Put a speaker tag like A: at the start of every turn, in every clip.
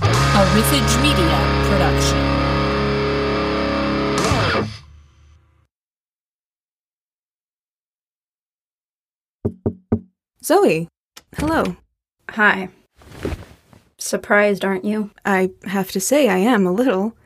A: a Rithage Media production.
B: Zoe, hello.
C: Hi. Surprised, aren't you?
B: I have to say I am a little,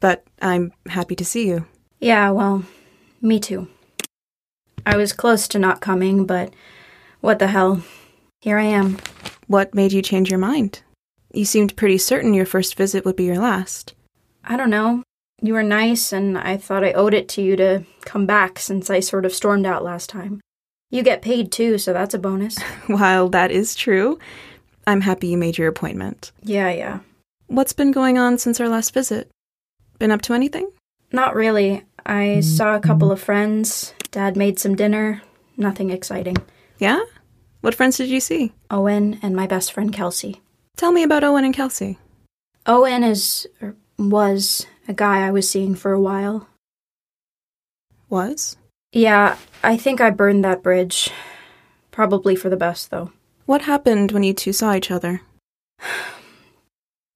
B: but I'm happy to see you.
C: Yeah, well, me too. I was close to not coming, but what the hell. Here I am.
B: What made you change your mind? You seemed pretty certain your first visit would be your last.
C: I don't know. You were nice, and I thought I owed it to you to come back since I sort of stormed out last time. You get paid too, so that's a bonus.
B: While that is true, I'm happy you made your appointment.
C: yeah, yeah.
B: What's been going on since our last visit? Been up to anything?
C: Not really. I saw a couple of friends. Dad made some dinner. Nothing exciting.
B: Yeah? What friends did you see?
C: Owen and my best friend Kelsey.
B: Tell me about Owen and Kelsey.
C: Owen is, or was, a guy I was seeing for a while.
B: Was?
C: Yeah, I think I burned that bridge. Probably for the best, though.
B: What happened when you two saw each other?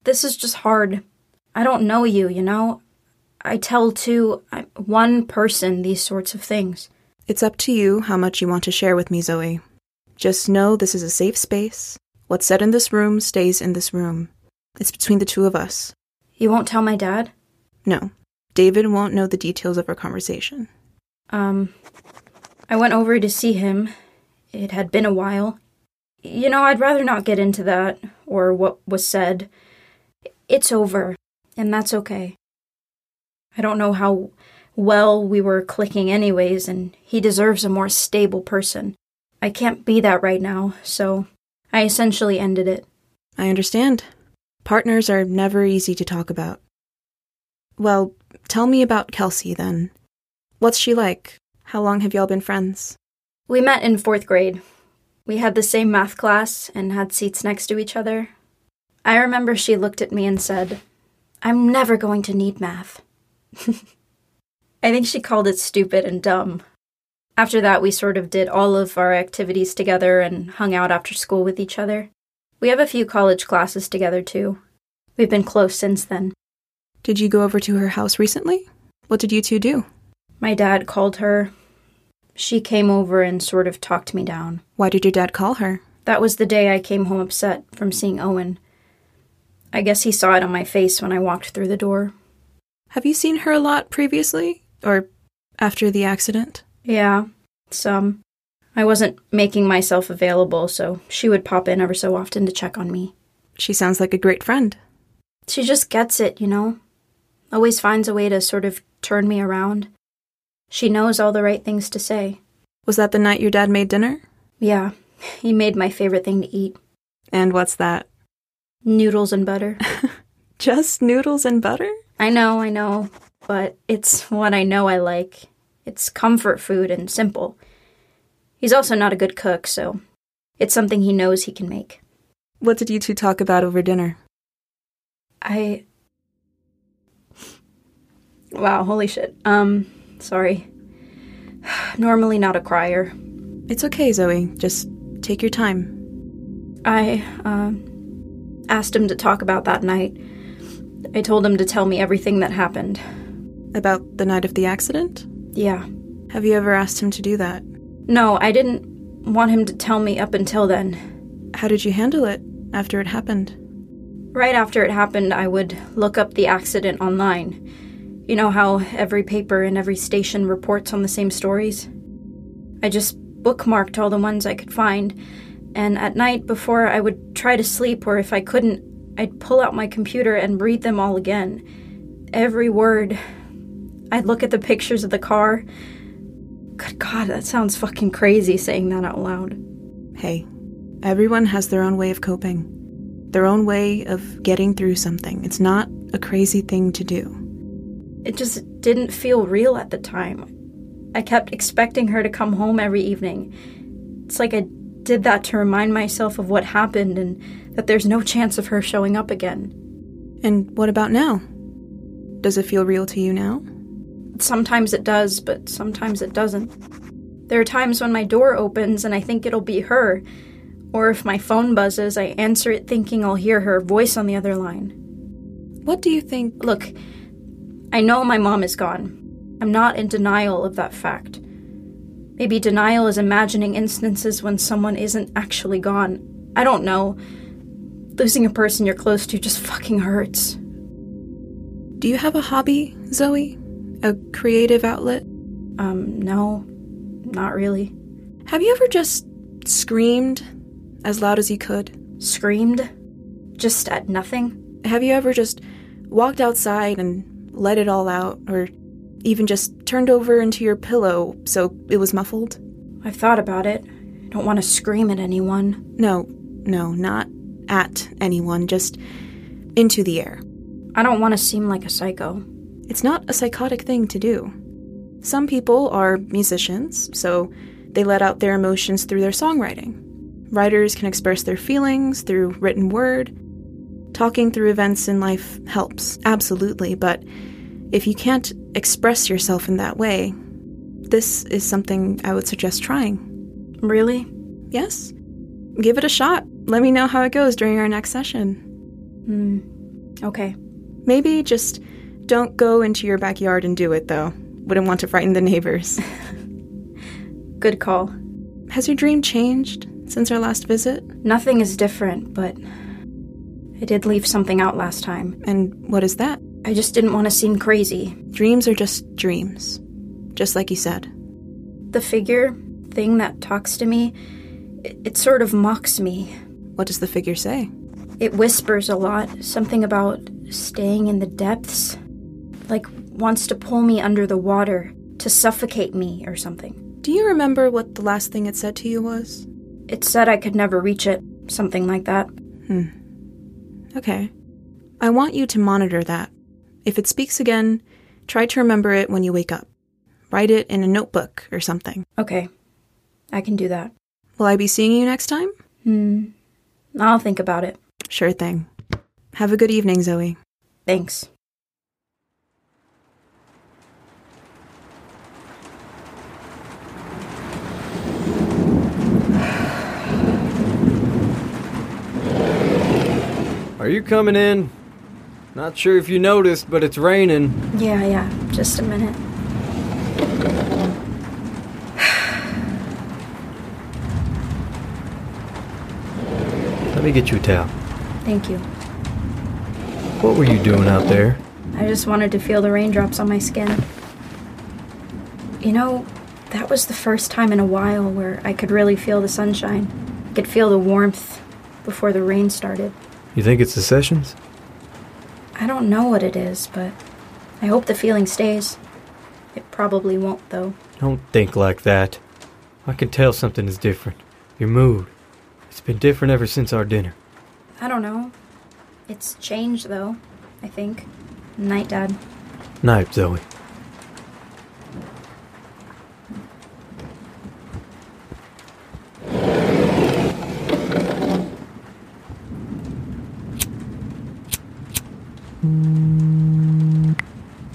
C: This is just hard. I don't know you, you know? I tell two, I, one person these sorts of things.
B: It's up to you how much you want to share with me, Zoe. Just know this is a safe space. What's said in this room stays in this room. It's between the two of us.
C: You won't tell my dad?
B: No, David won't know the details of our conversation.
C: Um, I went over to see him. It had been a while. You know, I'd rather not get into that or what was said. It's over, and that's okay. I don't know how well we were clicking, anyways, and he deserves a more stable person. I can't be that right now, so I essentially ended it.
B: I understand. Partners are never easy to talk about. Well, tell me about Kelsey then. What's she like? How long have y'all been friends?
C: We met in fourth grade. We had the same math class and had seats next to each other. I remember she looked at me and said, I'm never going to need math. I think she called it stupid and dumb. After that, we sort of did all of our activities together and hung out after school with each other. We have a few college classes together, too. We've been close since then.
B: Did you go over to her house recently? What did you two do?
C: My dad called her. She came over and sort of talked me down.
B: Why did your dad call her?
C: That was the day I came home upset from seeing Owen. I guess he saw it on my face when I walked through the door.
B: Have you seen her a lot previously? Or after the accident?
C: Yeah, some. I wasn't making myself available, so she would pop in ever so often to check on me.
B: She sounds like a great friend.
C: She just gets it, you know? Always finds a way to sort of turn me around. She knows all the right things to say.
B: Was that the night your dad made dinner?
C: Yeah, he made my favorite thing to eat
B: And what's that?
C: noodles and butter.
B: Just noodles and butter?
C: I know, I know, but it's what I know I like. It's comfort food and simple. He's also not a good cook, so it's something he knows he can make.
B: What did you two talk about over dinner?
C: I. Wow, holy shit. Um, sorry. Normally not a crier.
B: It's okay, Zoe. Just take your time.
C: I, um, asked him to talk about that night. I told him to tell me everything that happened.
B: About the night of the accident?
C: Yeah.
B: Have you ever asked him to do that?
C: No, I didn't want him to tell me up until then.
B: How did you handle it after it happened?
C: Right after it happened, I would look up the accident online. You know how every paper and every station reports on the same stories? I just bookmarked all the ones I could find, and at night before I would try to sleep, or if I couldn't, I'd pull out my computer and read them all again. Every word. I'd look at the pictures of the car. Good God, that sounds fucking crazy saying that out loud.
B: Hey, everyone has their own way of coping, their own way of getting through something. It's not a crazy thing to do.
C: It just didn't feel real at the time. I kept expecting her to come home every evening. It's like I did that to remind myself of what happened and that there's no chance of her showing up again.
B: And what about now? Does it feel real to you now?
C: Sometimes it does, but sometimes it doesn't. There are times when my door opens and I think it'll be her, or if my phone buzzes, I answer it thinking I'll hear her voice on the other line.
B: What do you think?
C: Look, I know my mom is gone. I'm not in denial of that fact. Maybe denial is imagining instances when someone isn't actually gone. I don't know. Losing a person you're close to just fucking hurts.
B: Do you have a hobby, Zoe? A creative outlet?
C: Um, no, not really.
B: Have you ever just screamed as loud as you could?
C: Screamed? Just at nothing?
B: Have you ever just walked outside and let it all out, or even just turned over into your pillow so it was muffled?
C: I've thought about it. I don't want to scream at anyone.
B: No, no, not at anyone, just into the air.
C: I don't want to seem like a psycho.
B: It's not a psychotic thing to do. Some people are musicians, so they let out their emotions through their songwriting. Writers can express their feelings through written word. Talking through events in life helps, absolutely, but if you can't express yourself in that way, this is something I would suggest trying.
C: Really?
B: Yes? Give it a shot. Let me know how it goes during our next session.
C: Hmm. Okay.
B: Maybe just don't go into your backyard and do it, though. Wouldn't want to frighten the neighbors.
C: Good call.
B: Has your dream changed since our last visit?
C: Nothing is different, but I did leave something out last time.
B: And what is that?
C: I just didn't want to seem crazy.
B: Dreams are just dreams, just like you said.
C: The figure thing that talks to me, it, it sort of mocks me.
B: What does the figure say?
C: It whispers a lot, something about staying in the depths, like wants to pull me under the water, to suffocate me or something.
B: Do you remember what the last thing it said to you was?
C: It said I could never reach it, something like that.
B: Hmm. Okay. I want you to monitor that. If it speaks again, try to remember it when you wake up. Write it in a notebook or something.
C: Okay, I can do that.
B: Will I be seeing you next time?
C: Hmm. I'll think about it.
B: Sure thing. Have a good evening, Zoe.
C: Thanks.
D: Are you coming in? Not sure if you noticed, but it's raining.
C: Yeah, yeah, just a minute.
D: Let me get you a towel.
C: Thank you.
D: What were you doing out there?
C: I just wanted to feel the raindrops on my skin. You know, that was the first time in a while where I could really feel the sunshine. I could feel the warmth before the rain started.
D: You think it's the sessions?
C: I don't know what it is, but I hope the feeling stays. It probably won't, though.
D: Don't think like that. I can tell something is different. Your mood. It's been different ever since our dinner.
C: I don't know. It's changed, though, I think. Night, Dad.
D: Night, Zoe.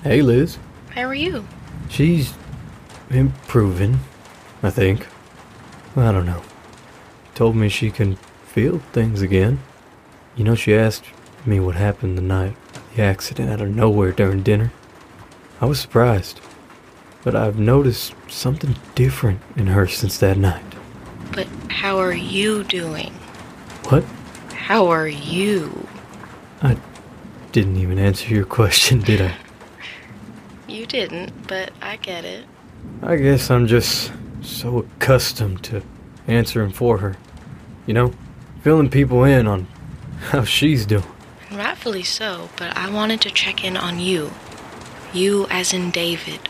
D: Hey, Liz.
E: How are you?
D: She's improving, I think. I don't know. Told me she can feel things again. You know, she asked me what happened the night of the accident out of nowhere during dinner. I was surprised, but I've noticed something different in her since that night.
E: But how are you doing?
D: What?
E: How are you?
D: I didn't even answer your question, did I?
E: You didn't, but I get it.
D: I guess I'm just so accustomed to answering for her. You know, filling people in on how she's doing.
E: And rightfully so, but I wanted to check in on you. You as in David.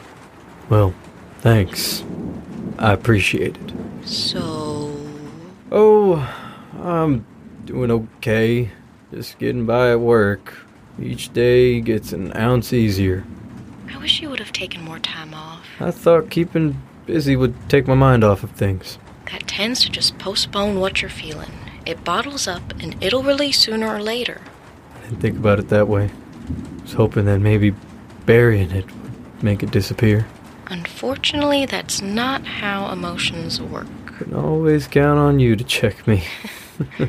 D: Well, thanks. I appreciate it.
E: So.
D: Oh, I'm doing okay. Just getting by at work. Each day gets an ounce easier.
E: I wish you would have taken more time off.
D: I thought keeping busy would take my mind off of things.
E: That tends to just postpone what you're feeling. It bottles up and it'll release sooner or later.
D: I didn't think about it that way. I was hoping that maybe burying it would make it disappear.
E: Unfortunately, that's not how emotions work.
D: Can always count on you to check me.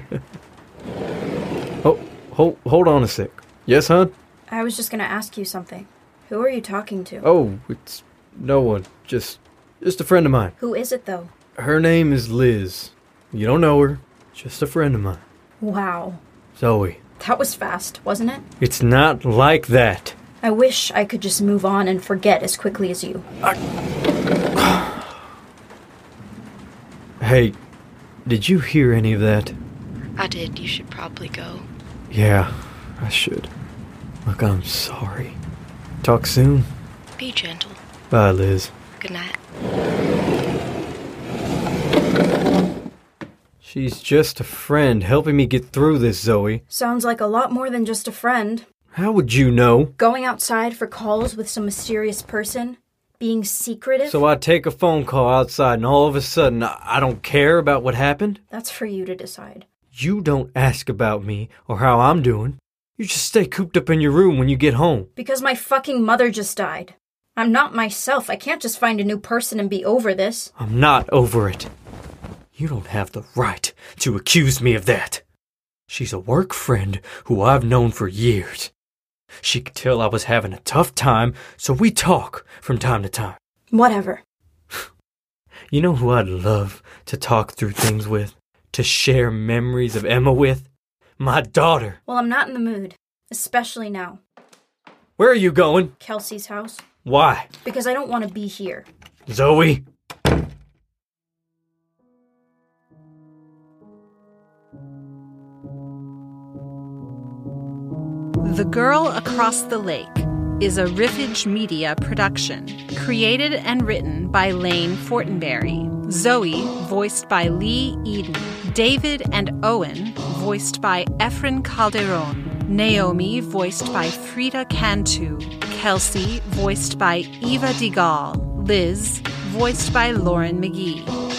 D: oh, hold, hold on a sec. Yes, hon?
C: I was just gonna ask you something. Who are you talking to?
D: Oh, it's no one. Just just a friend of mine.
C: Who is it, though?
D: Her name is Liz. You don't know her. Just a friend of mine.
C: Wow.
D: Zoe.
C: That was fast, wasn't it?
D: It's not like that.
C: I wish I could just move on and forget as quickly as you.
D: Hey, did you hear any of that?
E: I did. You should probably go.
D: Yeah, I should. Look, I'm sorry. Talk soon.
E: Be gentle.
D: Bye, Liz.
E: Good night.
D: She's just a friend helping me get through this, Zoe.
C: Sounds like a lot more than just a friend.
D: How would you know?
C: Going outside for calls with some mysterious person? Being secretive?
D: So I take a phone call outside, and all of a sudden, I I don't care about what happened?
C: That's for you to decide.
D: You don't ask about me or how I'm doing. You just stay cooped up in your room when you get home.
C: Because my fucking mother just died. I'm not myself. I can't just find a new person and be over this.
D: I'm not over it. You don't have the right to accuse me of that. She's a work friend who I've known for years. She could tell I was having a tough time, so we talk from time to time.
C: Whatever.
D: You know who I'd love to talk through things with? To share memories of Emma with? My daughter.
C: Well, I'm not in the mood. Especially now.
D: Where are you going?
C: Kelsey's house.
D: Why?
C: Because I don't want to be here.
D: Zoe?
A: The Girl Across the Lake is a Riffage Media production, created and written by Lane Fortenberry. Zoe, voiced by Lee Eden. David and Owen, voiced by Efren Calderon. Naomi, voiced by Frida Cantu. Kelsey, voiced by Eva DeGaulle. Liz, voiced by Lauren McGee.